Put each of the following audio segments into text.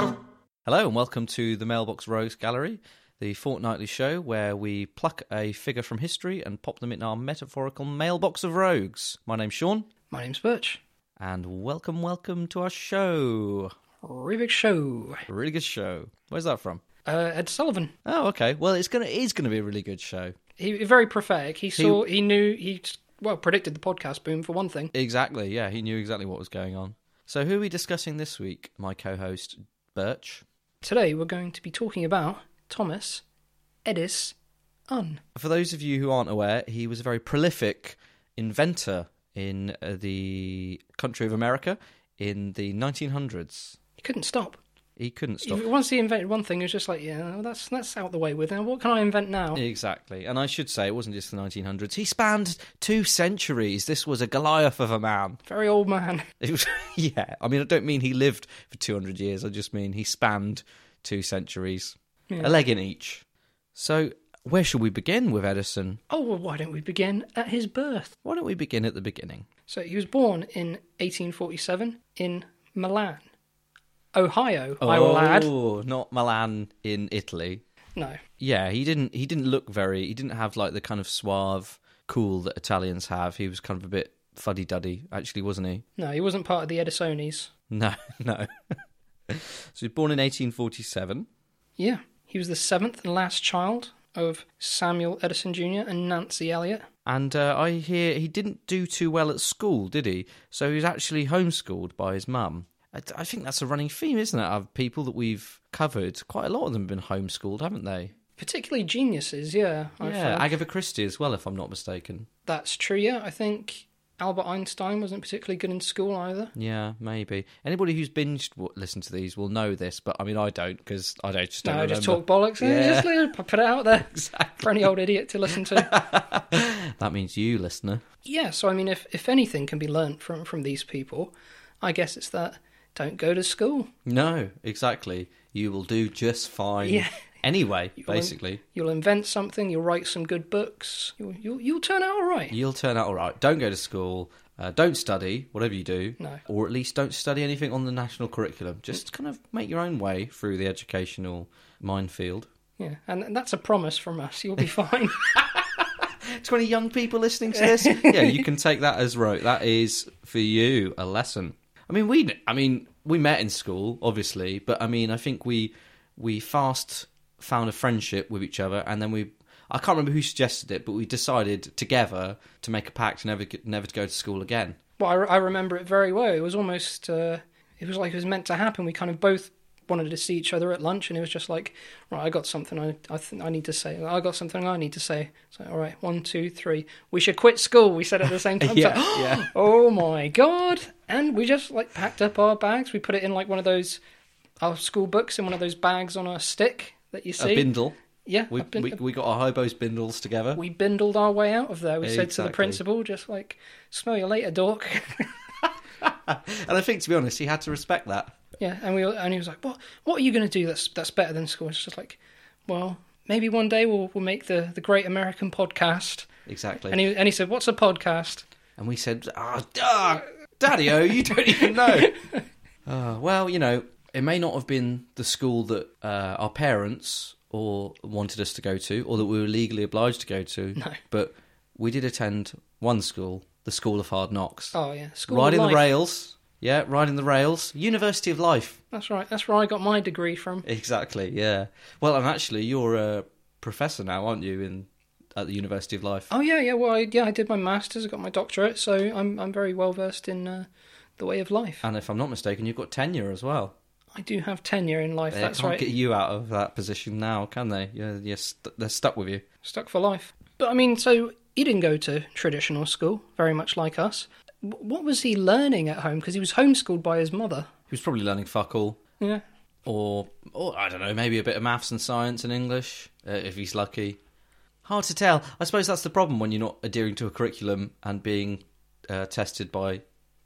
Hello and welcome to the Mailbox Rogues Gallery, the fortnightly show where we pluck a figure from history and pop them in our metaphorical mailbox of rogues. My name's Sean, My name's Birch. and welcome, welcome to our show. Rubik's Show. Really good show. Where's that from? Uh, Ed Sullivan. Oh, okay. Well, it's gonna it is gonna be a really good show. He very prophetic. He saw. He, knew. He well predicted the podcast boom for one thing. Exactly. Yeah, he knew exactly what was going on. So, who are we discussing this week? My co-host Birch. Today we're going to be talking about Thomas Edis Un. For those of you who aren't aware, he was a very prolific inventor in uh, the country of America in the 1900s. He couldn't stop. He couldn't stop. If- Once he invented one thing, it was just like, yeah, well, that's that's out the way with. Now what can I invent now? Exactly. And I should say, it wasn't just the 1900s. He spanned two centuries. This was a Goliath of a man. Very old man. It was, yeah. I mean, I don't mean he lived for 200 years. I just mean he spanned two centuries, a leg in each. So, where should we begin with Edison? Oh well, why don't we begin at his birth? Why don't we begin at the beginning? So he was born in 1847 in Milan, Ohio. I will add. Oh, not Milan in Italy. No, Yeah, he didn't. He didn't look very. He didn't have like the kind of suave, cool that Italians have. He was kind of a bit fuddy duddy, actually, wasn't he? no, he wasn't part of the Edisonis. No, no. so he was born in 1847. Yeah. He was the seventh and last child of Samuel Edison Jr. and Nancy Elliott. And uh, I hear he didn't do too well at school, did he? So he was actually homeschooled by his mum. I, I think that's a running theme, isn't it? Of people that we've covered, quite a lot of them have been homeschooled, haven't they? Particularly geniuses, yeah. I Yeah, found. Agatha Christie as well, if I'm not mistaken. That's true, yeah. I think Albert Einstein wasn't particularly good in school either. Yeah, maybe. Anybody who's binged w- listened to these will know this, but I mean, I don't because I don't just No, don't remember. just talk bollocks. Yeah. Just leave- put it out there for any old idiot to listen to. That means you, listener. yeah, so I mean, if, if anything can be learnt from, from these people, I guess it's that don't go to school. No, exactly. You will do just fine. Yeah. Anyway, will- basically, You'll invent something, you'll write some good books, you'll, you'll, you'll turn out all right. you'll turn out all right. Don't go to school. Uh, don't study, whatever you do. No. Or at least don't study anything on the national curriculum. Just kind of make your own way through the educational minefield. Yeah, and that's a promise from us. You'll be fine. 20 young people listening to this yeah you can take that as right that is for you a lesson i mean we i mean we met in school obviously but i mean i think we we fast found a friendship with each other and then we i can't remember who suggested it but we decided together to make a pact never never to go to school again Well, I, re- I remember it very well. It was almost, uh, it was like it was meant to happen. We kind of both wanted to see each other at lunch, and it was just like, right, I got something I, I, th- I need to say. I got something I need to say. So, all right, one, two, three. We should quit school. We said at the same time. Yeah, So, yeah. Oh my god! And we just like packed up our bags. We put it in like one of those our school books in one of those bags on a stick that you see. a bindle yeah, we, a bin- we, we got our hobos bindles together we bindled our way out of there. We said to the Exactly. principal, just like, smell you later, dork. and i think to be honest he had to respect that yeah, and we all- and he was like, what What are you going to do that's that's better than school? It's just like, well, maybe one day we'll we'll make the the Great American Podcast. exactly And he and he said, what's a podcast? And we said, ah, oh, Daddy O, you don't even know. uh, well, you know, it may not have been the school that uh, our parents or wanted us to go to, or that we were legally obliged to go to. No. But we did attend one school, the School of Hard Knocks. Oh yeah, school riding of the Life. rails. Yeah, riding the rails. University of Life. That's right. That's where I got my degree from. Exactly. Yeah. Well, and actually, you're a professor now, aren't you? In at the University of Life. Oh yeah, yeah. Well, I, yeah, I did my masters. I got my doctorate, so I'm I'm very well versed in uh, the way of life. And if I'm not mistaken, you've got tenure as well. I do have tenure in life. They that's can't right. get you out of that position now, can they? You're, you're st- they're stuck with you. stuck for life. But I mean, so he didn't go to traditional school, very much like us. W- What was he learning at home? Because he was homeschooled by his mother. He was probably learning fuck all, Yeah. or, or I don't know, maybe a bit of maths and science and English, uh, if he's lucky. Hard to tell. I suppose that's the problem when you're not adhering to a curriculum and being uh, tested by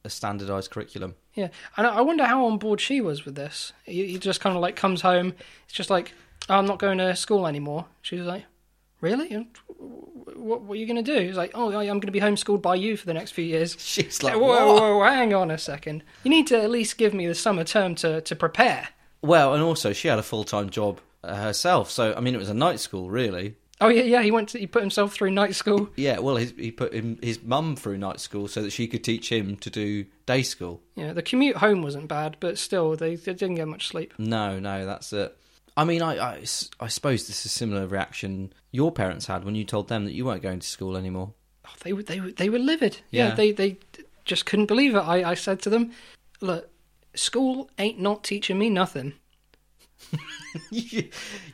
a standardised curriculum. Yeah. And I I wonder how on board she was with this. He, he just kind of like comes home. It's just like, "Oh, I'm not going to school anymore. She was like, Really? You- What, what are you going to do? He's like, Oh, yeah, I'm going to be homeschooled by you for the next few years. She's like, whoa, "What?" whoa, whoa, hang on a second. You need to at least give me the summer term to, to prepare. Well, and also she had a full time job uh, herself, so I mean it was a night school really. Oh yeah, yeah. He went. To, he put himself through night school. Yeah, well, his, he put him, his mum through night school so that she could teach him to do day school. Yeah, the commute home wasn't bad, but still, they, they didn't get much sleep. No, no, that's it. I mean, I, I s- I suppose this is a similar reaction your parents had when you told them that you weren't going to school anymore. Oh, they were they were they were livid. Yeah, Yeah. they they just couldn't believe it. I I said to them, look, school ain't not teaching me nothing.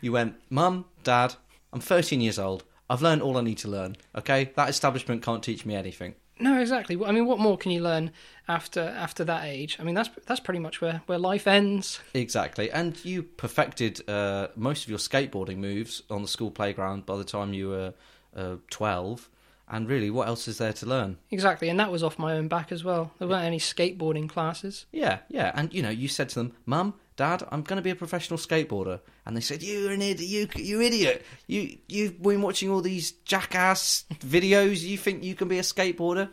you went, Mum, Dad, I'm 13 years old. I've learned all I need to learn. Okay, that establishment can't teach me anything. No, exactly. I mean, what more can you learn after after that age? I mean, that's that's pretty much where where life ends. Exactly, and you perfected uh, most of your skateboarding moves on the school playground by the time you were uh, 12. And really, what else is there to learn? Exactly, and that was off my own back as well. There weren't any skateboarding classes. Yeah, yeah. And you know, you said to them, "Mum, Dad, I'm going to be a professional skateboarder," and they said, "You're an idiot! You, you idiot! You, you've been watching all these jackass videos. You think you can be a skateboarder?"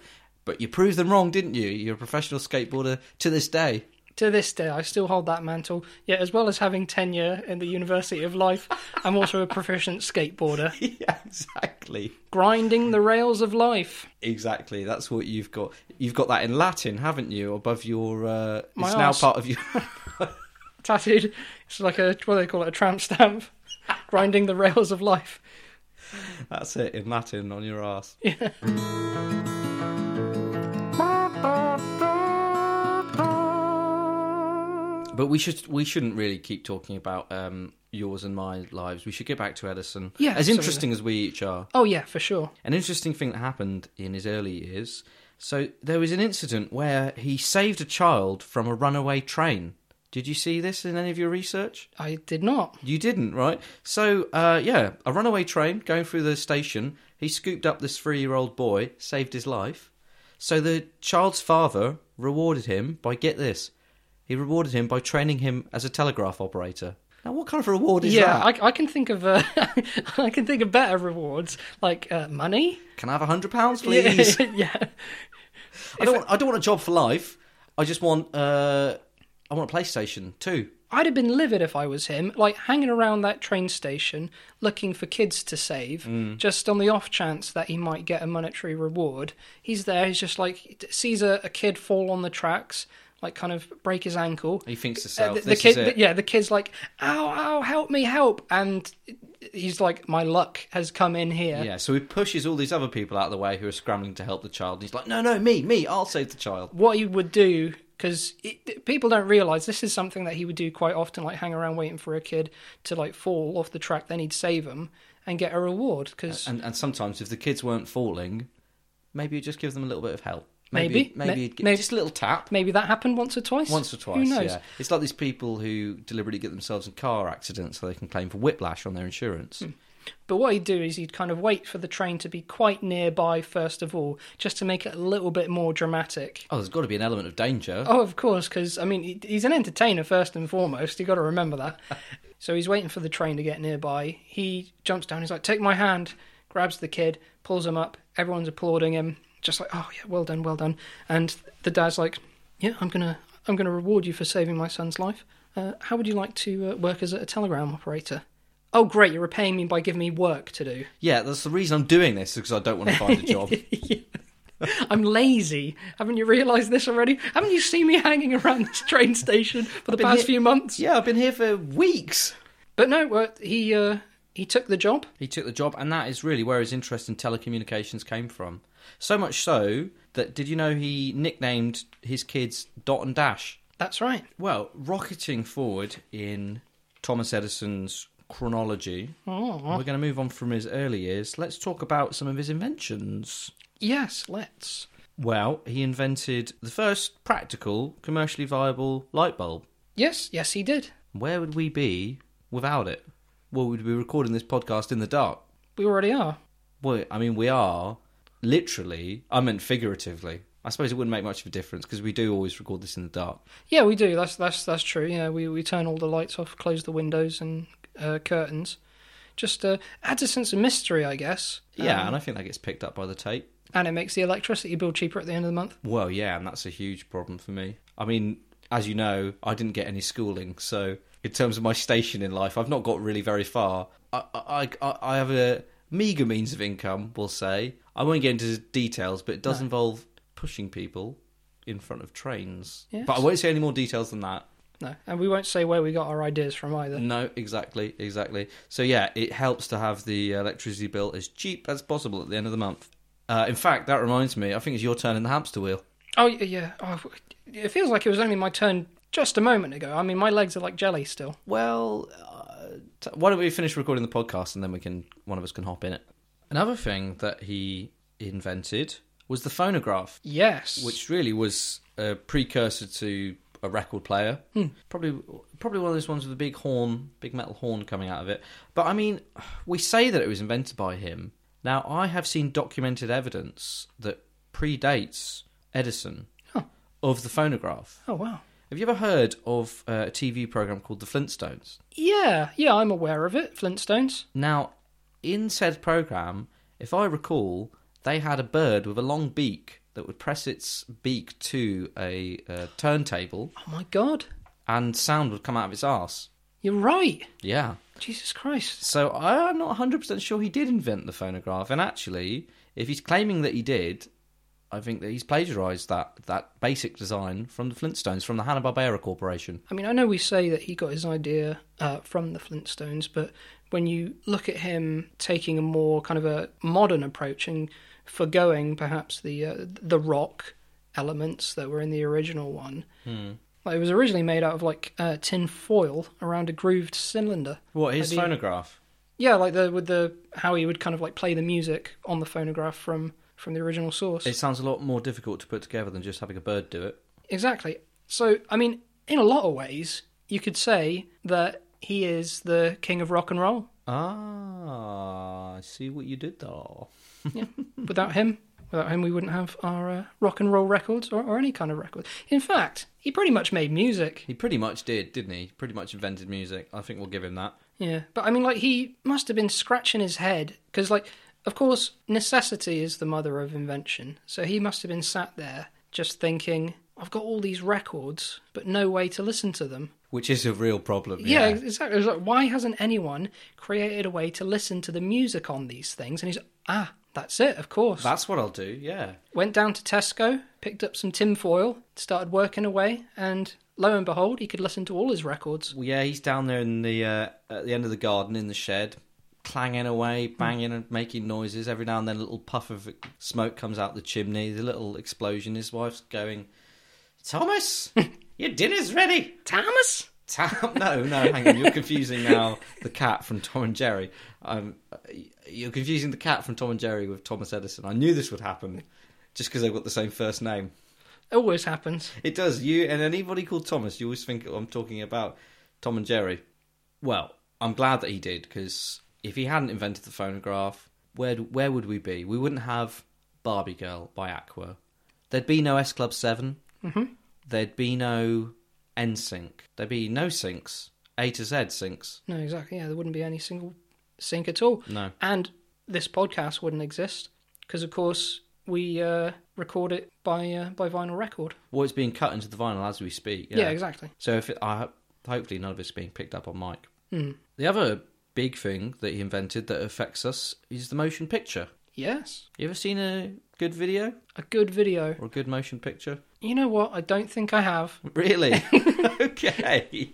But you proved them wrong, didn't you? You're a professional skateboarder to this day. To this day, I still hold that mantle. Yet, as well as having tenure in the University of Life, I'm also a proficient skateboarder, yeah, exactly. grinding the rails of life. Exactly. That's what you've got. You've got that in Latin, haven't you? Above your, uh, it's My now arse. part of your. tattooed. It's like a what do they call it? A tramp stamp, grinding the rails of life. That's it in Latin on your ass. but we should we shouldn't really keep talking about um, yours and my lives. We should get back to Edison. Yeah, as absolutely. interesting as we each are. Oh yeah, for sure. An interesting thing that happened in his early years. So there was an incident where he saved a child from a runaway train. Did you see this in any of your research? I did not. You didn't, right? So, uh, yeah, a runaway train going through the station. He scooped up this three year old boy, saved his life. So, the child's father rewarded him by get this. He rewarded him by training him as a telegraph operator. Now, what kind of reward is yeah, that? I, I can think of uh, I can think of better rewards like uh, money. Can I have a hundred pounds, please? Yeah, yeah. I don't. Want, I don't want a job for life. I just want. Uh, I want a PlayStation too. I'd have been livid if I was him, like hanging around that train station looking for kids to save, just on the off chance that he might get a monetary reward. He's there, he's just like, sees a, a kid fall on the tracks, like kind of break his ankle. He thinks to Uh, self, the, the Oh, "This kid, is it." yeah, the kid's like, "Ow, ow, help me, help!" And he's like, "My luck has come in here." Yeah. So he pushes all these other people out of the way who are scrambling to help the child. He's like, "No, no, me, me. I'll save the child." What he would do, because people don't realize this is something that he would do quite often, like hang around waiting for a kid to like fall off the track, then he'd save him and get a reward. Because And and sometimes if the kids weren't falling, maybe you just give them a little bit of help. Maybe. maybe Ma- you'd get maybe- just a little tap. maybe that happened once or twice. Once or twice, Who knows? yeah. It's like these people who deliberately get themselves in car accidents so they can claim for whiplash on their insurance. Hmm. But what he'd do is he'd kind of wait for the train to be quite nearby first of all, just to make it a little bit more dramatic. Oh, there's got to be an element of danger. Oh, of course, because I mean he- he's an entertainer first and foremost. You got to remember that. so he's waiting for the train to get nearby. He jumps down. He's like, "Take my hand!" Grabs the kid, pulls him up. Everyone's applauding him, just like, "Oh yeah, well done, well done." And the dad's like, "Yeah, I'm gonna, I'm gonna reward you for saving my son's life. Uh, how would you like to uh, work as a telegram operator?" Oh, great! You're repaying me by giving me work to do. Yeah, that's the reason I'm doing this because I don't want to find a job. I'm lazy. Haven't you realised this already? Haven't you seen me hanging around this train station for the been past here- few months? yeah, I've been here for weeks. But no, uh, he uh, he took the job. He took the job, and that is really where his interest in telecommunications came from. So much so that did you know he nicknamed his kids Dot and Dash? That's right. Well, rocketing forward in Thomas Edison's chronology, we're going to move on from his early years. Let's talk about some of his inventions. Yes, let's. Well, he invented the first practical, commercially viable light bulb. Yes, yes, he did. Where would we be without it? Well, we'd be recording this podcast in the dark. We already are. Well, I mean, we are literally, I meant figuratively. I suppose it wouldn't make much of a difference because we do always record this in the dark. Yeah, we do. That's that's that's true. Yeah, we we turn all the lights off, close the windows and uh, curtains. Just uh, adds a sense of mystery, I guess. Yeah, Um, and I think that gets picked up by the tape. and it makes the electricity bill cheaper at the end of the month. Well, yeah, and that's a huge problem for me. I mean, as you know, I didn't get any schooling, so in terms of my station in life, I've not got really very far. I I I, I have a meager means of income, we'll say. I won't get into details, but it does No. involve pushing people in front of trains. Yes. But I won't say any more details than that. No, and we won't say where we got our ideas from either. No, exactly, exactly. So yeah, it helps to have the electricity bill as cheap as possible at the end of the month. Uh, in fact, that reminds me, I think it's your turn in the hamster wheel. Oh y- yeah, oh, it feels like it was only my turn just a moment ago. I mean, my legs are like jelly still. Well, uh, t- why don't we finish recording the podcast and then we can one of us can hop in it. Another thing that he invented was the phonograph, Yes. which really was a precursor to a record player. Probably, probably one of those ones with a big horn, big metal horn coming out of it. But I mean, we say that it was invented by him. Now, I have seen documented evidence that predates Edison Huh. of the phonograph. Oh wow. Have you ever heard of uh, a TV program called The Flintstones? Yeah, yeah, I'm aware of it. Flintstones. Now, in said program, if I recall, they had a bird with a long beak that would press its beak to a uh, turntable, Oh my god, and sound would come out of its arse. you're right. Yeah. Jesus Christ. So I- I'm not 100% sure he did invent the phonograph. And actually, if he's claiming that he did, I think that he's plagiarised that, that basic design from the Flintstones, from the Hanna-Barbera Corporation. I mean, I know we say that he got his idea uh, from the Flintstones, but when you look at him taking a more kind of a modern approach and forgoing perhaps the uh, the rock elements that were in the original one, like it was originally made out of like uh, tin foil around a grooved cylinder. What, his Have you- phonograph? Yeah, like the with the how he would kind of like play the music on the phonograph from from the original source. It sounds a lot more difficult to put together than just having a bird do it. Exactly. So, I mean, in a lot of ways, you could say that he is the king of rock and roll. Ah, I see what you did there. Yeah. without him, without him, we wouldn't have our uh, rock and roll records or, or any kind of record. In fact, he pretty much made music. He pretty much did, didn't he? Pretty much invented music. I think we'll give him that. Yeah. But I mean, like, he must have been scratching his head because, like, of course, necessity is the mother of invention. So he must have been sat there just thinking, I've got all these records, but no way to listen to them. Which is a real problem. Yeah. Yeah, exactly. It's like, why hasn't anyone created a way to listen to the music on these things? And he's ah, that's it. Of course. That's what I'll do, yeah. Went down to Tesco, picked up some tinfoil, started working away, and lo and behold, he could listen to all his records. Well, yeah, he's down there in the uh, at the end of the garden in the shed, clanging away, banging and making noises. Every now and then, a little puff of smoke comes out the chimney. The little explosion. His wife's going, Thomas, your dinner's ready. Thomas. Tom, no, no, hang on. You're confusing now the cat from Tom and Jerry. Um, you're confusing the cat from Tom and Jerry with Thomas Edison. I knew this would happen just because they've got the same first name. Always happens. It does. You and anybody called Thomas, you always think I'm talking about Tom and Jerry. Well, I'm glad that he did because if he hadn't invented the phonograph, where where would we be? We wouldn't have Barbie Girl by Aqua. There'd be no S Club 7 Mm-hmm. There'd be no NSYNC. There'd be no syncs. A to Z syncs. No, exactly. Yeah, there wouldn't be any single sync at all. No. And this podcast wouldn't exist because, of course, we uh, record it by uh, by vinyl record. Well, it's being cut into the vinyl as we speak. Yeah, exactly. So if it, I ho- hopefully none of it's being picked up on mic. Hmm. The other big thing that he invented that affects us is the motion picture. Yes, You ever seen a good video a good video. or a good motion picture? You know what? I don't think I have. Really? okay. You-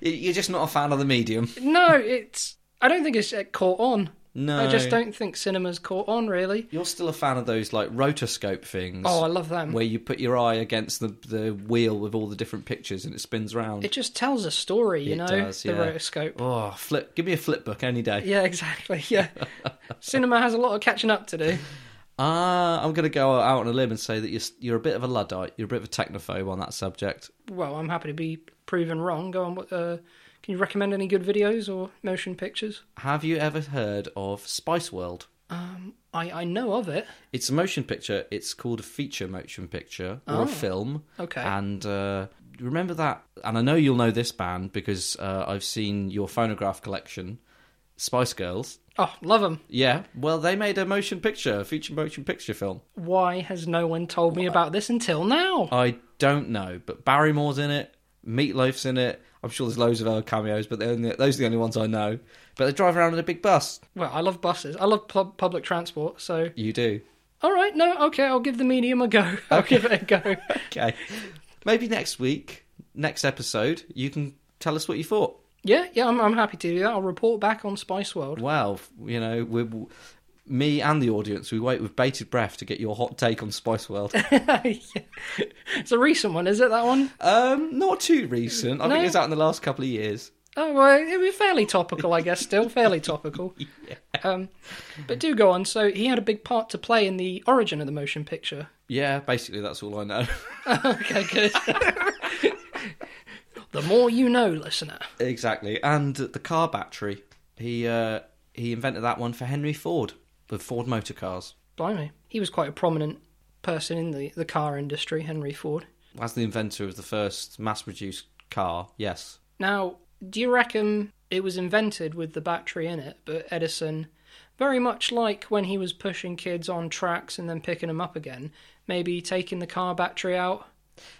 You're just not a fan of the medium. No, it's. I don't think it's uh, caught on. No. I just don't think cinema's caught on really. You're still a fan of those like rotoscope things. Oh, I love them. Where you put your eye against the, the wheel with all the different pictures and it spins round. It just tells a story, you It know. does, the yeah. rotoscope. Oh, flip! Give me a flip book any day. Yeah, exactly. Yeah, cinema has a lot of catching up to do. Ah, I'm going to go out on a limb and say that you're you're a bit of a luddite. You're a bit of a technophobe on that subject. Well, I'm happy to be proven wrong. Go on. What uh, can you recommend any good videos or motion pictures? Have you ever heard of Spice World? Um, I I know of it. It's a motion picture. It's called a feature motion picture or Oh, a film. okay. And uh, remember that. And I know you'll know this band because uh, I've seen your phonograph collection, Spice Girls. Oh, love them. Yeah, well, they made a motion picture, a feature motion picture film. Why has no one told me about this until now? I don't know, but Barrymore's in it, Meatloaf's in it. I'm sure there's loads of other cameos, but they're only, those are the only ones I know. But they drive around in a big bus. Well, I love buses. I love pub- public transport. So, You do. all right, no, okay, I'll give the medium a go. I'll give it a go. Okay. Maybe next week, next episode, you can tell us what you thought. yeah, yeah, I'm, I'm happy to do that. I'll report back on Spice World. Wow, you know, we're, me and the audience, we wait with bated breath to get your hot take on Spice World. Yeah. It's a recent one, is it? That one? um, not too recent. I No. think it was out in the last couple of years. Oh, well, it was fairly topical, I guess. Still fairly topical. Um, but do go on. So he had a big part to play in the origin of the motion picture. Yeah, basically that's all I know. Okay, good. the more you know, listener. exactly. And the car battery. He uh, he invented that one for Henry Ford with Ford motor cars. Blimey, he was quite a prominent person in the, the car industry, Henry Ford. As the inventor of the first mass-produced car, yes. Now, do you reckon it was invented with the battery in it, but Edison, very much like when he was pushing kids on tracks and then picking them up again, maybe taking the car battery out,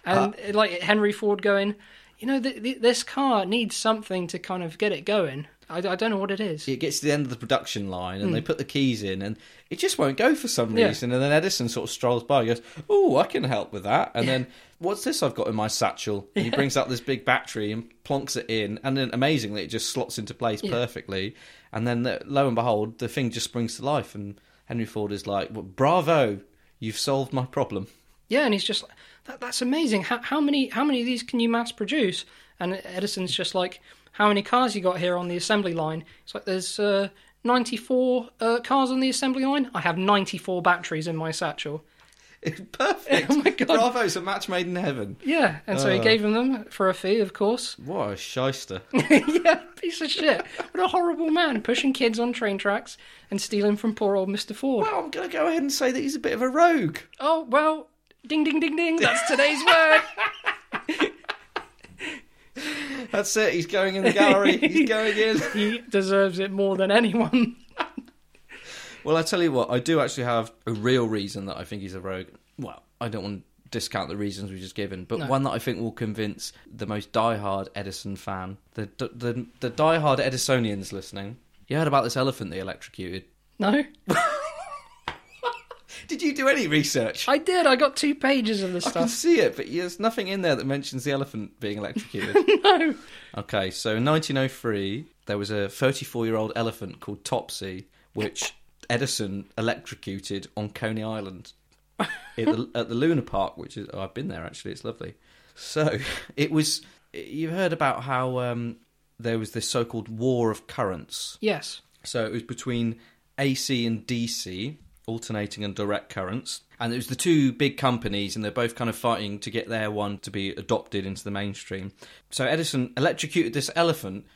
and eh, like Henry Ford going, you know, th- th- this car needs something to kind of get it going. I, I don't know what it is. It gets to the end of the production line, and they put the keys in, and it just won't go for some Hmm. Yeah. reason. And then Edison sort of strolls by, and goes, "Oh, I can help with that." And then, "What's this I've got in my satchel?" And he brings out this big battery and plonks it in, and then amazingly, it just slots into place perfectly. And then, the, lo and behold, the thing just springs to life, and Henry Ford is like, well, "Bravo, you've solved my problem." Yeah, and he's just like, that, that's amazing. How, how many how many of these can you mass produce? And Edison's just like, how many cars you got here on the assembly line? It's like there's uh, 94 uh, cars on the assembly line. I have 94 batteries in my satchel. Perfect. Oh my God. Bravo's a match made in heaven. Yeah, and so he Uh. gave him them for a fee, of course. What a shyster. yeah, piece of shit. What a horrible man pushing kids on train tracks and stealing from poor old Mr. Ford. well, I'm going to go ahead and say that he's a bit of a rogue. Oh, well, ding, ding, ding, ding. That's today's word. That's it. He's going in the gallery. He's going in. He deserves it more than anyone. Well, I tell you what, I do actually have a real reason that I think he's a rogue. Well, I don't want to discount the reasons we just given, but one that I think will convince the most diehard Edison fan, the the the diehard Edisonians listening. You heard about this elephant they electrocuted? No? Did you do any research? I did. I got two pages of the I can stuff. see it, but there's nothing in there that mentions the elephant being electrocuted. No. okay, so in 1903, there was a 34 year old elephant called Topsy, which Edison electrocuted on Coney Island at the, at the Luna Park, which is, oh, I've been there actually, it's lovely. So it was, you've heard about how um, there was this so called war of currents. Yes. So it was between AC and DC, alternating and direct currents. And it was the two big companies, and they're both kind of fighting to get their one to be adopted into the mainstream. So Edison electrocuted this elephant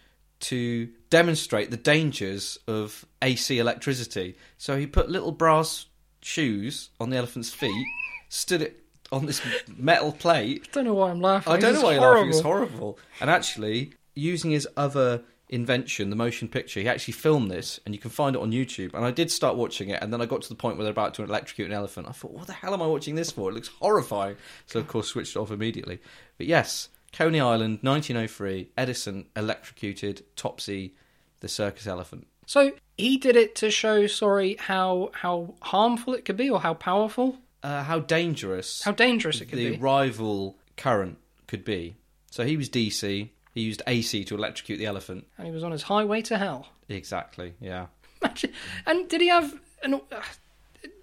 to demonstrate the dangers of AC electricity. So he put little brass shoes on the elephant's feet, stood it on this metal plate, Don't know why I'm laughing. I don't This know why is you're laughing. It's horrible. horrible. And actually, using his other invention, the motion picture, he actually filmed this, and you can find it on YouTube. And I did start watching it, and then I got to the point where they're about to electrocute an elephant. I thought, what the hell am I watching this for? It looks horrifying. So of course, switched it off immediately. But yes, Coney Island, 1903. Edison electrocuted Topsy, the circus elephant. So he did it to show, sorry, how how harmful it could be, or how powerful, Uh, how dangerous! how dangerous it could the be. rival current could be. So he was DC. He used AC to electrocute the elephant. And he was on his highway to hell. Exactly. Yeah. Imagine- and did he have an? Uh,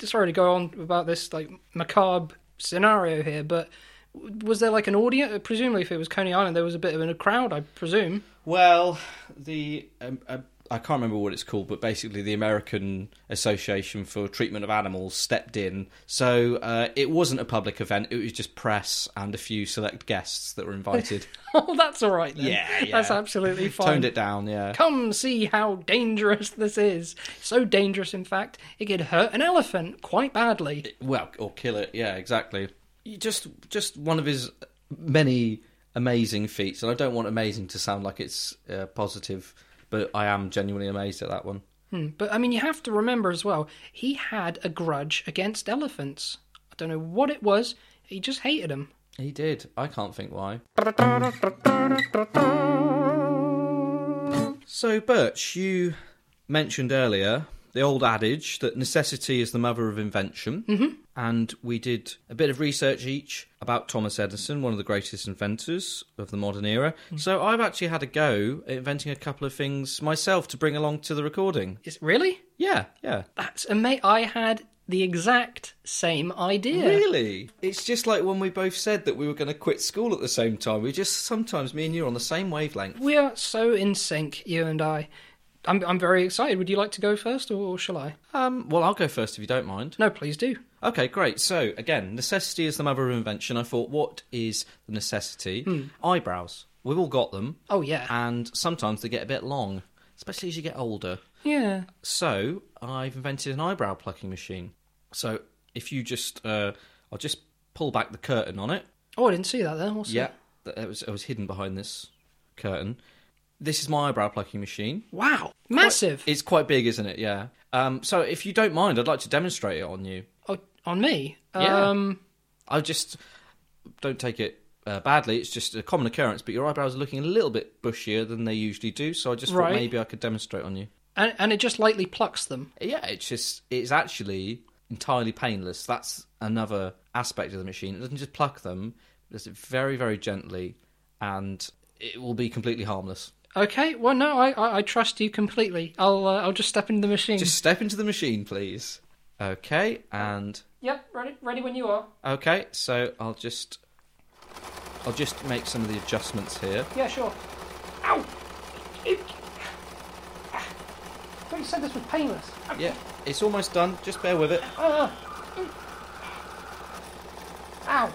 sorry to go on about this like macabre scenario here, but was there like an audience? Presumably, if it was Coney Island, there was a bit of a crowd, I presume. Well, the um, uh, I can't remember what it's called, but basically the American Association for Treatment of Animals stepped in. So uh, it wasn't a public event; it was just press and a few select guests that were invited. oh, that's all right then. Yeah, yeah. That's absolutely fine. Toned it down, yeah. Come see how dangerous this is. So dangerous, in fact, it could hurt an elephant quite badly. Well, or kill it, yeah, exactly. You Just, just one of his many amazing feats, and I don't want amazing to sound like it's uh, positive, but I am genuinely amazed at that one. Hmm. But I mean, you have to remember as well, he had a grudge against elephants. I don't know what it was. He just hated them. He did. I can't think why. So, Birch, you mentioned earlier the old adage that necessity is the mother of invention. Mm-hmm. And we did a bit of research each about Thomas Edison, one of the greatest inventors of the modern era. So, I've actually had a go at inventing a couple of things myself to bring along to the recording. Is really? Yeah, yeah. That's amazing. I had the exact same idea. Really? It's just like when we both said that we were going to quit school at the same time. We just sometimes, me and you, are on the same wavelength. We are so in sync, you and I. I'm, I'm very excited. Would you like to go first, or, or shall I? Um, well, I'll go first if you don't mind. No, please do. Okay, great. So, again, necessity is the mother of invention. I thought, what is the necessity? Eyebrows. We've all got them, Hmm. Oh yeah, and sometimes they get a bit long, especially as you get older. yeah. So I've invented an eyebrow plucking machine. So if you just, uh, I'll just pull back the curtain on it. Oh, I didn't see that there. Awesome. Yeah, th- it was it was hidden behind this curtain. This is my eyebrow plucking machine. Wow, massive. It's quite big, isn't it? Yeah. Um, so if you don't mind, I'd like to demonstrate it on you. Oh, on me. Yeah. Um, I just don't take it uh, badly. It's just a common occurrence. But your eyebrows are looking a little bit bushier than they usually do. So I just Right. thought maybe I could demonstrate on you. and and it just lightly plucks them. Yeah, it's just it's actually entirely painless. That's another aspect of the machine. It doesn't just pluck them. It does it very very gently, and it will be completely harmless. Okay. Well, no, I I, I trust you completely. I'll uh, I'll just step into the machine. Just step into the machine, please. Okay, and Yep. Ready. Ready when you are. okay, so I'll just I'll just make some of the adjustments here. Yeah. Sure. Ow. Eek. Ah. Thought you said this was painless. Yeah, it's almost done. Just bear with it. Uh, ow.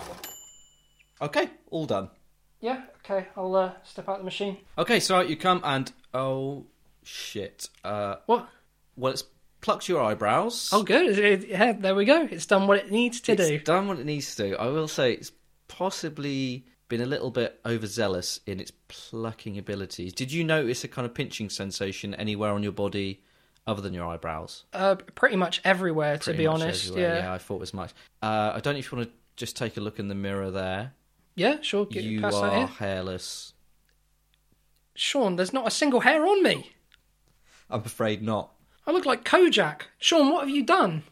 Okay, all done. Yeah. Okay. I'll uh, step out the machine. Okay, so out you come and oh shit. Uh What? well it's plucked your eyebrows. Oh, good. It- it- yeah, there we go. It's done what it needs to it's do. done what it needs to. I will say it's possibly been a little bit overzealous in its plucking abilities. Did you notice a kind of pinching sensation anywhere on your body other than your eyebrows? Uh, pretty much everywhere, to Pretty be much honest. everywhere. Yeah. I thought as much. Uh, I don't know if you want to just take a look in the mirror there. yeah. Sure. Get You past that are here. hairless. Sean, there's not a single hair on me. I'm afraid not. I look like Kojak. Sean, what have you done?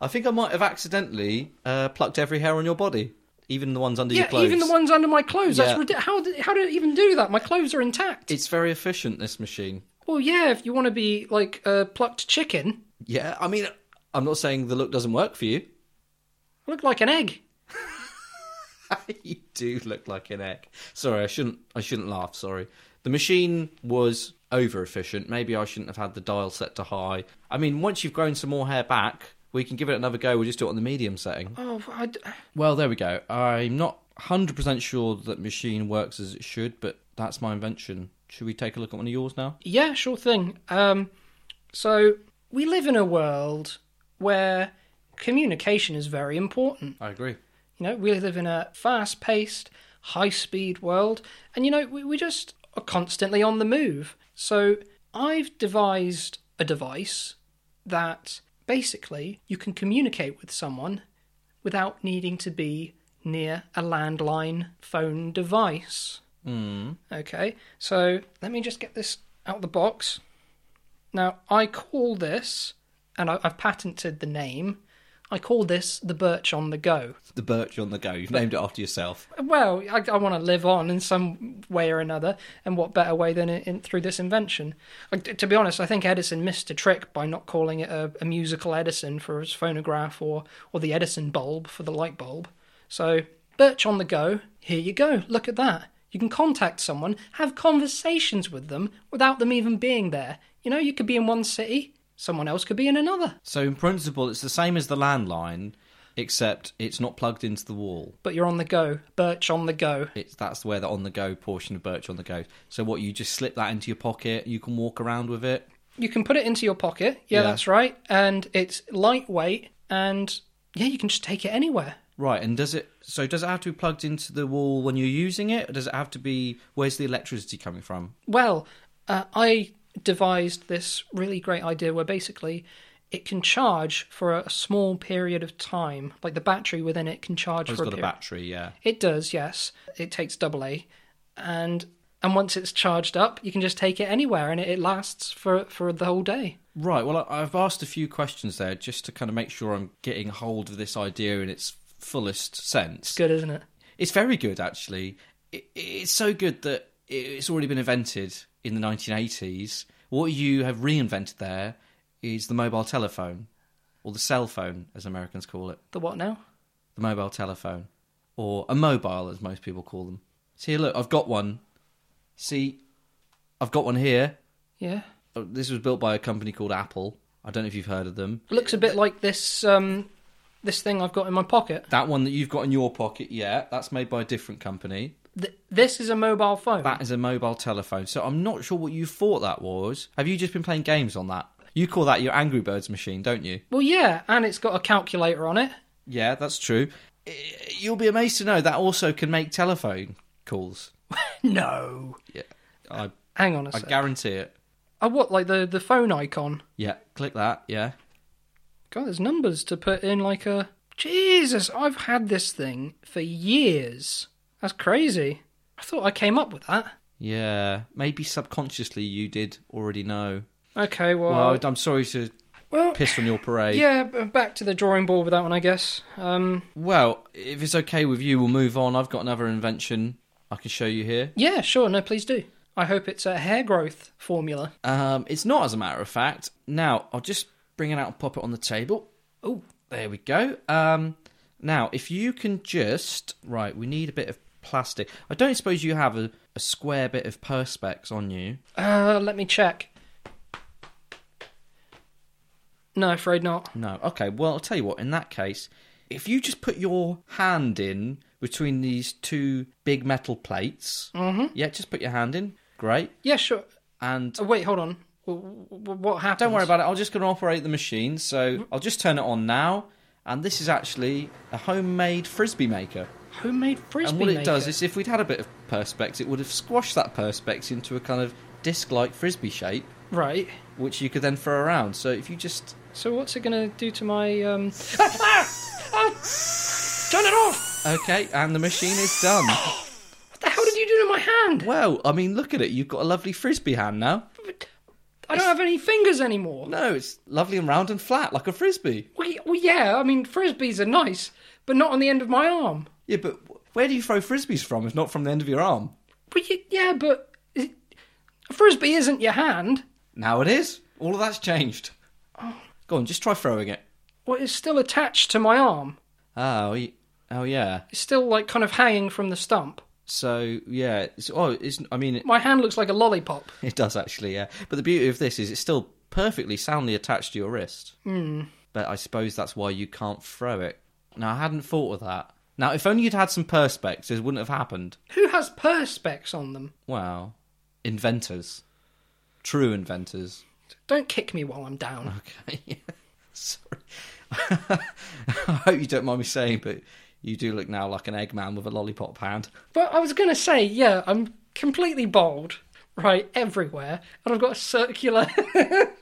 I think I might have accidentally uh, plucked every hair on your body, even the ones under your Yeah, clothes. even the ones under my clothes. That's Yeah. ridic- how did how did it even do that? My clothes are intact. It's very efficient, this machine. well, yeah, if you want to be like a plucked chicken, Yeah, I mean, I'm not saying the look doesn't work for you. I look like an egg. you do look like an egg. Sorry, I shouldn't. I shouldn't laugh. Sorry. The machine was over efficient. Maybe I shouldn't have had the dial set to high. I mean, once you've grown some more hair back, we can give it another go. We'll just do it on the medium setting. Oh, I d- Well, there we go. I'm not 100% sure that machine works as it should, but that's my invention. Should we take a look at one of yours now? yeah, sure thing. Um, so we live in a world where communication is very important. I agree. You know, we live in a fast paced, high speed world, and you know, we, we just are constantly on the move. So I've devised a device that basically you can communicate with someone without needing to be near a landline phone device. Mm. Okay, so let me just get this out of the box. Now, I call this, and I, I've patented the name, I call this the Birch on the Go. The birch on the go. You've named it after yourself. Well, I, I want to live on in some way or another, and what better way than in, in, through this invention? Like, t- to be honest, I think Edison missed a trick by not calling it a, a musical Edison for his phonograph or, or the Edison bulb for the light bulb. So, Birch on the go, here you go, look at that. You can contact someone, have conversations with them without them even being there. You know, you could be in one city, someone else could be in another, So, in principle, it's the same as the landline, except it's not plugged into the wall. but you're on the go. Birch on the go. it's that's where the on the go portion of birch on the go so what you just slip that into your pocket you can walk around with it you can put it into your pocket. Yeah, Yeah. that's right. And it's lightweight, and yeah, you can just take it anywhere. right and does it so does it have to be plugged into the wall when you're using it or does it have to be where's the electricity coming from Well, uh, I devised this really great idea where basically it can charge for a, a small period of time. Like the battery within it can charge Oh, It's for a got a period. battery, yeah. It does, yes. It takes double A, and and once it's charged up, you can just take it anywhere, and it, it lasts for for the whole day. Right. Well, I- I've asked a few questions there just to kind of make sure I'm getting hold of this idea in its fullest sense. It's good, isn't it? It's very good, actually. It, it's so good that it- it's already been invented in the 1980s. What you have reinvented there is the mobile telephone, or the cell phone, as Americans call it, The what now? the mobile telephone, or a mobile, as most people call them. See, look, I've got one. See, I've got one here. Yeah, Uh, This was built by a company called Apple. I don't know if you've heard of them. looks a bit like this um this thing I've got in my pocket. That one that you've got in your pocket, yeah, that's made by a different company. Th- this is a mobile phone. That is a mobile telephone. So I'm not sure what you thought that was. Have you just been playing games on that? You call that your Angry Birds machine, don't you? Well, yeah, and it's got a calculator on it. Yeah, that's true. I- You'll be amazed to know that also can make telephone calls. No. Yeah, I, Hang on a I sec. guarantee it. Oh, what? Like the the phone icon? Yeah, click that. Yeah, God, there's numbers to put in like a. Jesus, I've had this thing for years. That's crazy. I thought I came up with that. yeah. Maybe subconsciously you did already know. Okay, well, Well, I'm sorry to well, piss on your parade. yeah, b- back to the drawing board with that one, I guess. Um, Well, if it's okay with you, we'll move on. I've got another invention I can show you here. yeah, sure, no, please do. I hope it's a hair growth formula. Um, it's not, as a matter of fact. Now, I'll just bring it out and pop it on the table. Oh, there we go. Um, now, if you can just. Right, we need a bit of plastic. I don't suppose you have a, a square bit of Perspex on you. Uh, let me check. No, afraid not. No. Okay, well, I'll tell you what, in that case, if you just put your hand in between these two big metal plates. Mm-hmm. Yeah, just put your hand in. Great. Yeah, sure. And. Oh, wait, hold on. W- w- What happened? Don't worry about it. I'm just going to operate the machine, so I'll just turn it on now. And this is actually a homemade frisbee maker. Homemade frisbee. and what it does maker. is, if we'd had a bit of perspex, it would have squashed that perspex into a kind of disc-like frisbee shape, right. which you could then throw around. So if you just So what's it gonna do to my um? Ah! Oh! Turn it off! okay, and the machine is done. What the hell did you do to my hand? Well, I mean, look at it. You've got a lovely frisbee hand now. I don't have any fingers anymore. No, it's lovely and round and flat like a frisbee. Well, y- well, yeah, I mean frisbees are nice, but not on the end of my arm. Yeah, but where do you throw frisbees from if not from the end of your arm? But y- yeah, but it, a frisbee isn't your hand. Now it is. All of that's changed. Oh. Go on, just try throwing it. Well, it's still attached to my arm. Oh, y- oh yeah. It's still like kind of hanging from the stump. So yeah, it's, oh, it's, I mean, it, My hand looks like a lollipop. it does actually. Yeah, but the beauty of this is it's still perfectly soundly attached to your wrist. But I suppose that's why you can't throw it. Now I hadn't thought of that. Now if only you'd had some perspex, this wouldn't have happened. Who has perspex on them? Wow, inventors, true inventors. Don't kick me while I'm down. Okay. Sorry. I hope you don't mind me saying, but you do look now like an Eggman with a lollipop hand. But I was gonna say, yeah, I'm completely bald, right, everywhere, and I've got a circular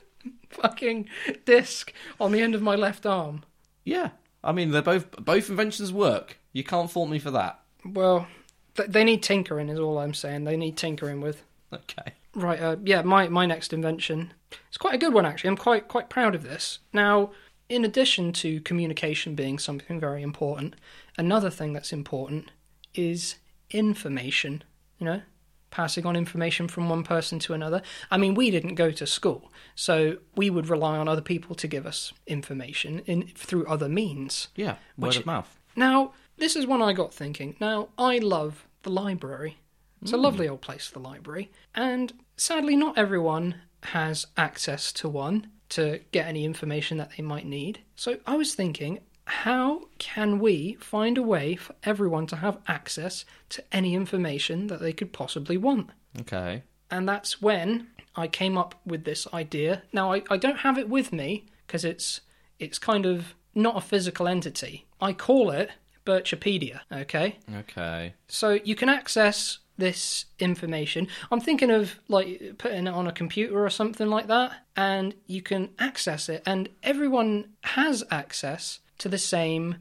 fucking disc on the end of my left arm. Yeah. I mean, they're both both inventions work. You can't fault me for that. Well, th- they need tinkering, is all I'm saying. They need tinkering with. Okay. Right, uh, yeah, my, my next invention. It's quite a good one, actually. I'm quite quite proud of this. Now, in addition to communication being something very important, another thing that's important is information. You know, passing on information from one person to another. I mean, we didn't go to school, so we would rely on other people to give us information in through other means. Yeah. Word Which- of mouth. Now, this is one I got thinking. Now, I love the library. It's a lovely old place, the library. And sadly, not everyone has access to one to get any information that they might need. So I was thinking, how can we find a way for everyone to have access to any information that they could possibly want? Okay. and that's when I came up with this idea. Now I, I don't have it with me because it's it's kind of not a physical entity. I call it Birchopedia. Okay, Okay. so you can access this information. I'm thinking of like putting it on a computer or something like that, and you can access it. And everyone has access to the same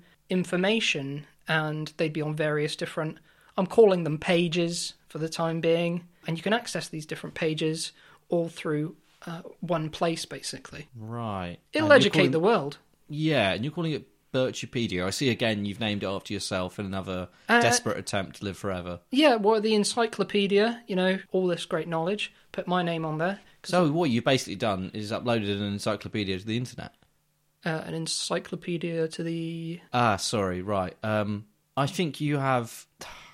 information, and they'd be on various different. I'm calling them pages for the time being, and you can access these different pages all through uh, one place, basically. Right. It'll And you're educate calling- the world. Yeah, and you're calling it Birchipedia. I see again you've named it after yourself in another Uh, desperate attempt to live forever. Yeah, well, the encyclopedia, you know, all this great knowledge. Put my name on there. So what you've basically done is uploaded an encyclopedia to the internet. Uh, an encyclopedia to the. Ah, sorry, right. Um I think you have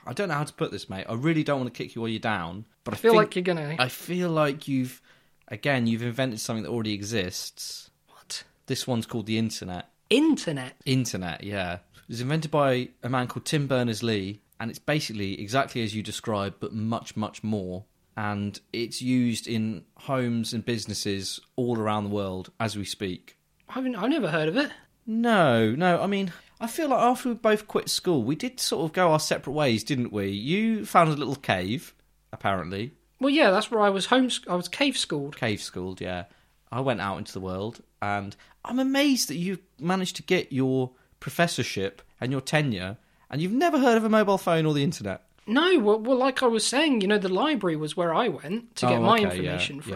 I don't know how to put this, mate. I really don't want to kick you while you're down, but I, I feel think like you're gonna. I feel like you've again you've invented something that already exists. What? This one's called the internet. Internet. Internet, yeah. It was invented by a man called Tim Berners Lee, and it's basically exactly as you described, but much, much more. And it's used in homes and businesses all around the world as we speak. I've, I've never heard of it. No, no, I mean, I feel like after we both quit school, we did sort of go our separate ways, didn't we? You found a little cave, apparently. Well, yeah, that's where I was home. I was cave schooled. Cave schooled, yeah. I went out into the world, and I'm amazed that you've managed to get your professorship and your tenure, and you've never heard of a mobile phone or the internet. No, well, well, like I was saying, you know, the library was where I went to get Oh, my okay, yeah, information from.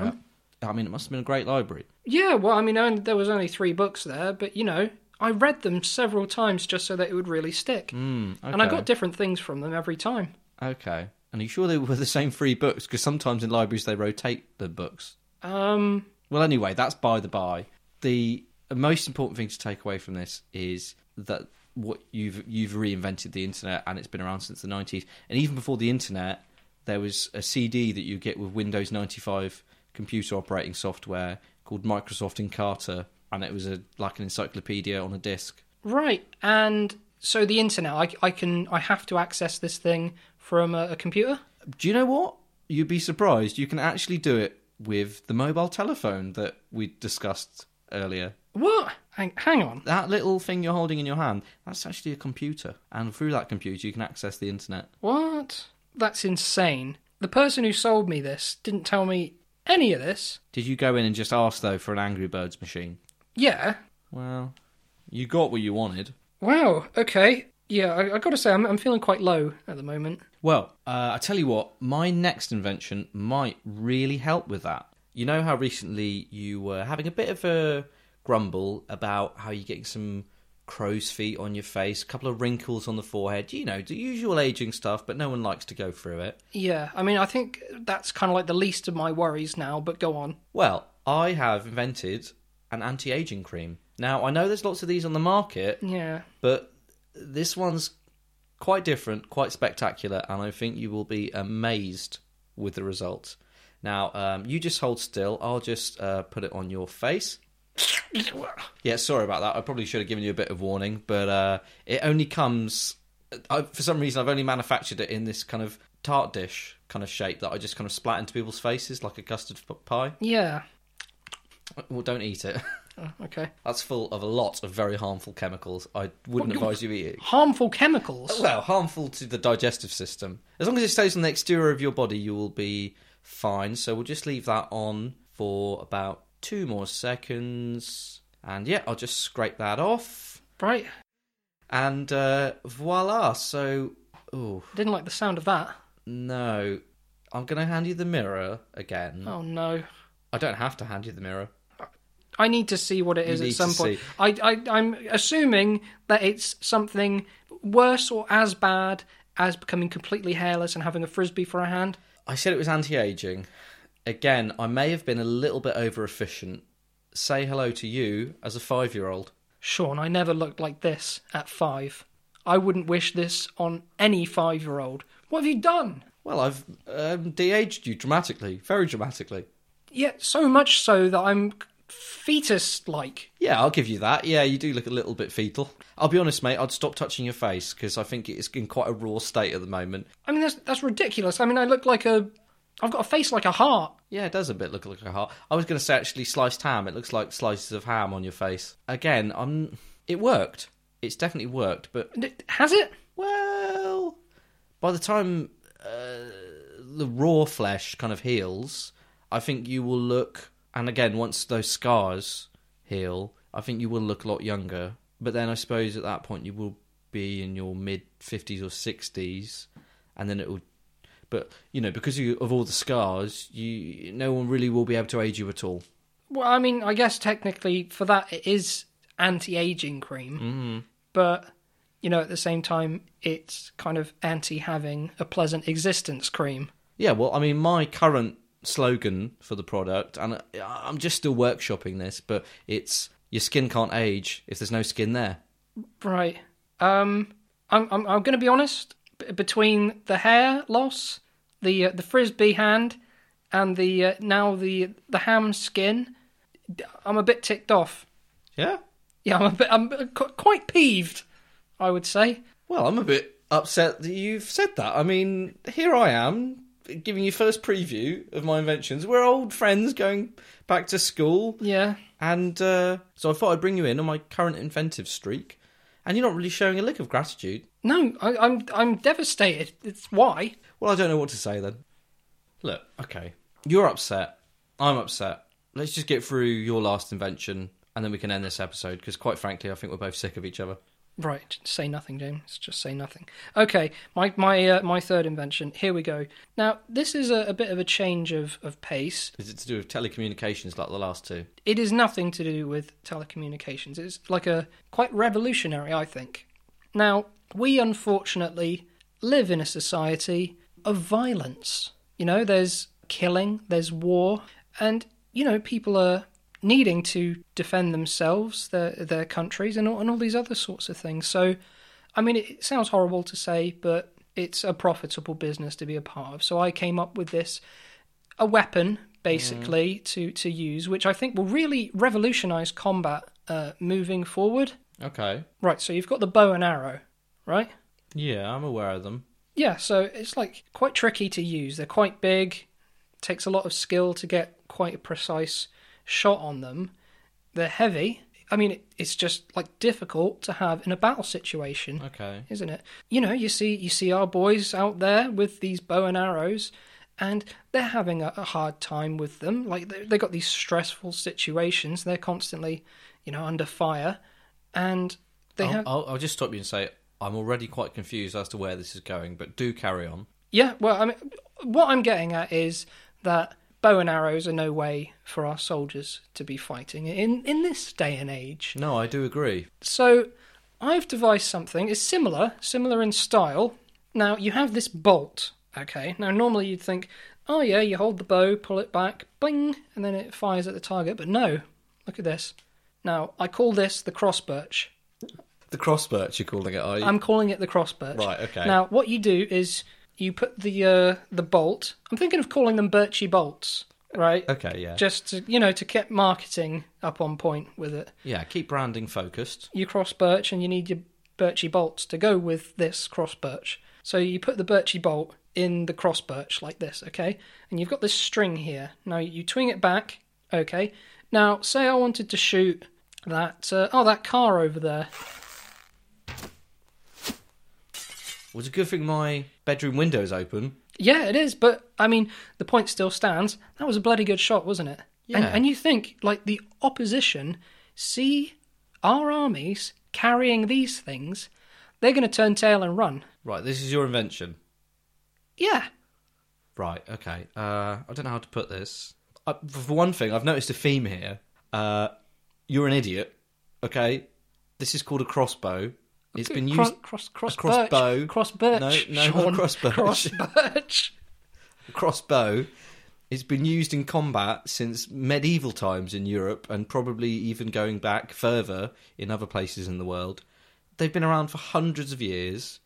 yeah. I mean, it must have been a great library. Yeah, well, I mean, only, there was only three books there, but you know, I read them several times just so that it would really stick, Mm, okay. and I got different things from them every time. Okay. And are you sure they were the same three books? Because sometimes in libraries they rotate the books. Um, Well, anyway, that's by the by. The most important thing to take away from this is that what you've you've reinvented the internet, and it's been around since the nineties. And even before the internet, there was a CD that you get with Windows ninety five computer operating software called Microsoft Encarta, and it was a like an encyclopedia on a disc. right, and so the internet, I, I can, I have to access this thing from a, a computer. Do you know what? You'd be surprised. You can actually do it with the mobile telephone that we discussed earlier. What? Hang, hang on. That little thing you're holding in your hand, that's actually a computer. And through that computer, you can access the internet. What? That's insane. The person who sold me this didn't tell me any of this. Did you go in and just ask, though, for an Angry Birds machine? Yeah. Well, you got what you wanted. Wow. Okay. Yeah, I, I gotta say, I'm, I'm feeling quite low at the moment. Well, uh, I tell you what, my next invention might really help with that. You know how recently you were having a bit of a grumble about how you're getting some crow's feet on your face, a couple of wrinkles on the forehead, you know, the usual aging stuff, but no one likes to go through it. Yeah, I mean, I think that's kind of like the least of my worries now, but go on. Well, I have invented an anti aging cream. Now, I know there's lots of these on the market, Yeah. but this one's quite different, quite spectacular, and I think you will be amazed with the result. Now, um, you just hold still. I'll just uh, put it on your face. Yeah, sorry about that. I probably should have given you a bit of warning, but uh, it only comes. uh, I, for some reason, I've only manufactured it in this kind of tart dish kind of shape that I just kind of splat into people's faces like a custard p- pie. Yeah. Well, don't eat it. Oh, okay. That's full of a lot of very harmful chemicals. I wouldn't advise you eating. Harmful chemicals. Well, harmful to the digestive system. As long as it stays on the exterior of your body, you will be fine. So we'll just leave that on for about two more seconds. And yeah, I'll just scrape that off. Right. And uh, voila. So, oh, Didn't like the sound of that. no. I'm going to hand you the mirror again. Oh no. I don't have to hand you the mirror. I need to see what it You is need at some to point. I, I I'm assuming that it's something worse or as bad as becoming completely hairless and having a frisbee for a hand. I said it was anti aging. Again, I may have been a little bit over efficient. Say hello to you as a five year old. Sean, I never looked like this at five. I wouldn't wish this on any five year old. What have you done? Well, I've um, de aged you dramatically, very dramatically. Yeah, so much so that I'm fetus like. Yeah, I'll give you that. Yeah, you do look a little bit fetal. I'll be honest, mate, I'd stop touching your face because I think it's in quite a raw state at the moment. I mean, that's that's ridiculous. I mean, I look like a. I've got a face like a heart. Yeah, it does a bit look like a heart. I was going to say actually sliced ham. It looks like slices of ham on your face. Again, I'm. It worked. It's definitely worked, but D- Has it? Well, by the time uh, the raw flesh kind of heals, I think you will look. And again, once those scars heal, I think you will look a lot younger. But then I suppose at that point you will be in your mid fifties or sixties, and then it will. But you know, because you, of all the scars, you no one really will be able to age you at all. Well, I mean, I guess technically for that it is anti-aging cream, but you know, at the same time, it's kind of anti-having a pleasant existence cream. Yeah, well, I mean, my current slogan for the product, and I- I'm just still workshopping this, but it's your skin can't age if there's no skin there. Right. Um, I'm I'm, I'm going to be honest. B- between the hair loss, the uh, the frisbee hand, and the uh, now the the ham skin, d- I'm a bit ticked off. Yeah. Yeah, I'm a bit. I'm uh, qu- quite peeved. I would say. Well, I'm a bit upset that you've said that. I mean, here I am giving you first preview of my inventions. We're old friends going back to school, Yeah. and uh, so I thought I'd bring you in on my current inventive streak. And you're not really showing a lick of gratitude. No, I, I'm I'm devastated. It's why. Well, I don't know what to say then. Look, okay. You're upset. I'm upset. Let's just get through your last invention and then we can end this episode because, quite frankly, I think we're both sick of each other. Right, say nothing, James. Just say nothing. Okay, my my uh, my third invention. Here we go. Now, this is a, a bit of a change of, of pace. Is it to do with telecommunications like the last two? It is nothing to do with telecommunications. It's like a quite revolutionary, I think. Now, we unfortunately live in a society of violence. You know, there's killing, there's war, and you know, people are needing to defend themselves, their their countries, and all, and all these other sorts of things. So, I mean, it, it sounds horrible to say, but it's a profitable business to be a part of. So, I came up with this a weapon basically to to use, which I think will really revolutionise combat uh, moving forward. Okay. Right, so you've got the bow and arrow, right? Yeah, I'm aware of them. Yeah, so it's like quite tricky to use. They're quite big. Takes a lot of skill to get quite a precise shot on them. They're heavy. I mean, it- it's just like difficult to have in a battle situation Okay. isn't it? You know, you see you see our boys out there with these bow and arrows, and they're having a, a hard time with them. Like they they got these stressful situations. They're constantly, you know, under fire, and they I'll, have I'll, I'll just stop you and say I'm already quite confused as to where this is going, but do carry on. yeah. Well, I mean, what I'm getting at is that bow and arrows are no way for our soldiers to be fighting in in this day and age. No, I do agree. So I've devised something. It's similar, similar in style. Now you have this bolt. Okay. Now normally you'd think, oh yeah, you hold the bow, pull it back, bing, and then it fires at the target. But no, look at this. Now I call this the cross birch. The crossbirch you're calling it, are you? I'm calling it the cross birch. Right, okay. Now what you do is you put the uh, the bolt. I'm thinking of calling them birchy bolts, right? okay, yeah. Just to, you know to get marketing up on point with it. yeah, keep branding focused. you cross birch and you need your birchy bolts to go with this cross birch. So you put the birchy bolt in the cross birch like this, okay? And you've got this string here. Now you twing it back, okay? Now say I wanted to shoot that uh, oh that car over there. Well, it's a good thing my bedroom window's open. Yeah, it is, but I mean the point still stands. That was a bloody good shot, wasn't it? And, Yeah. and you think like the opposition see our armies carrying these things, they're going to turn tail and run. Right, this is your invention. Yeah. Right, okay. Uh, I don't know how to put this. I, for one thing, I've noticed a theme here. Uh, you're an idiot, okay? This is called a crossbow. It's been Cro- used. cross cross a cross birch. bow. cross birch No, no, not Sean. cross birch. cross birch crossbow. It's been used in combat since medieval times in Europe and probably even going back further in other places in the world. They've been around for hundreds of years.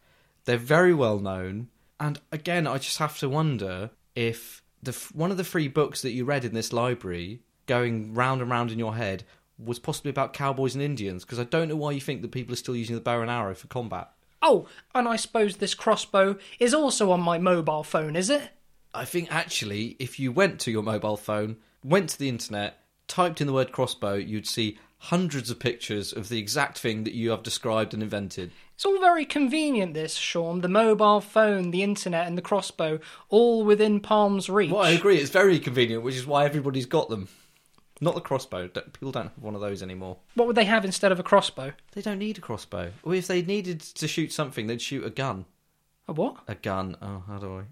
They're very well known. And again, I just have to wonder if the f- one of the three books that you read in this library going round and round in your head was possibly about cowboys and Indians because I don't know why you think that people are still using the bow and arrow for combat. oh and i suppose this crossbow is also on my mobile phone is it I think actually, if you went to your mobile phone, went to the internet, typed in the word crossbow, you'd see hundreds of pictures of the exact thing that you have described and invented. It's all very convenient, this, Sean. The mobile phone, the internet, and the crossbow, all within palm's reach. Well, I agree, it's very convenient, which is why everybody's got them. Not the crossbow. don't- People don't have one of those anymore. What would they have instead of a crossbow? They don't need a crossbow. Or if they needed to shoot something, they'd shoot a gun. A what? A gun. Oh, how do I?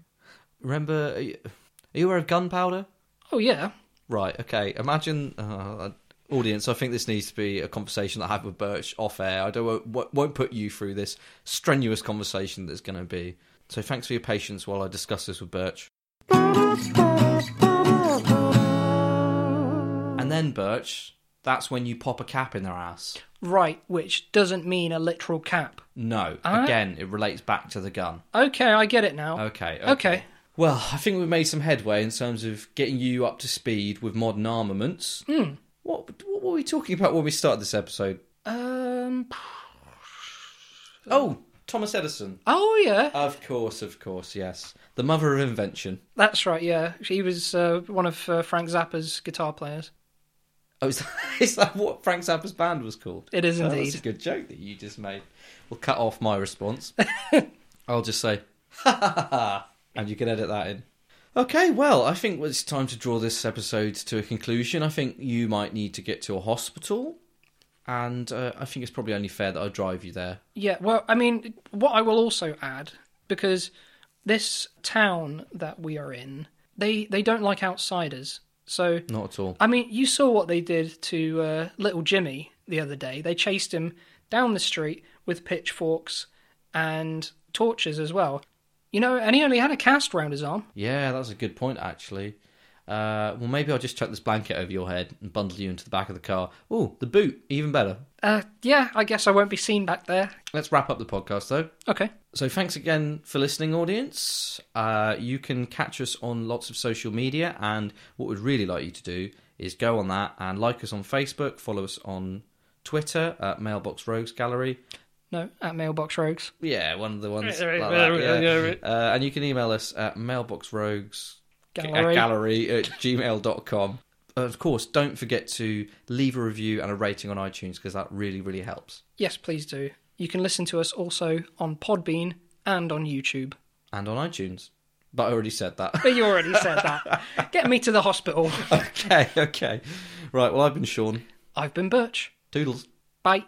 Remember? Are you, are you aware of gunpowder? Oh, yeah. Right. Okay. Imagine, uh, audience. I think this needs to be a conversation that I have with Birch off air. I don't won't- won't put you through this strenuous conversation that's going to be. So thanks for your patience while I discuss this with Birch. And then Birch, that's when you pop a cap in their ass. Right, which doesn't mean a literal cap. No. Ah. Again, it relates back to the gun. Okay, I get it now. Okay. Okay. Okay. Well, I think we've made some headway in terms of getting you up to speed with modern armaments. What what were we talking about when we started this episode? Um. Oh, Thomas Edison. Oh, yeah. Of course, of course, yes. The mother of invention. That's right, yeah. He was uh, one of uh, Frank Zappa's guitar players. Oh, is that, is that what Frank Zappa's band was called? It is Oh, indeed. that's a good joke that you just made. We'll cut off my response. I'll just say, and you can edit that in. Okay, well, I think it's time to draw this episode to a conclusion. I think you might need to get to a hospital, and uh, I think it's probably only fair that I drive you there. Yeah, well, I mean, what I will also add, because this town that we are in, they, they don't like outsiders. So, Not at all. I mean, you saw what they did to uh, little Jimmy the other day. They chased him down the street with pitchforks and torches as well. You know, and he only had a cast round his arm. Yeah, that's a good point, actually. Uh, well, maybe I'll just chuck this blanket over your head and bundle you into the back of the car. Oh, the boot, even better. Uh, yeah, I guess I won't be seen back there. Let's wrap up the podcast, though. Okay. So thanks again for listening, audience. Uh, you can catch us on lots of social media, and what we'd really like you to do is go on that and like us on Facebook, follow us on Twitter at Mailbox Rogues Gallery. No, at Mailbox Rogues. Yeah, one of the ones. like that, yeah. Uh, and you can email us at mailboxrogues uh, Gallery. gallery at gmail.com. Of course, don't forget to leave a review and a rating on iTunes because that really, really helps. Yes, please do. You can listen to us also on Podbean and on YouTube. And on iTunes. But I already said that. But you already said that. Get me to the hospital. okay, okay. Right, well, I've been Sean. I've been Birch. Doodles. Bye.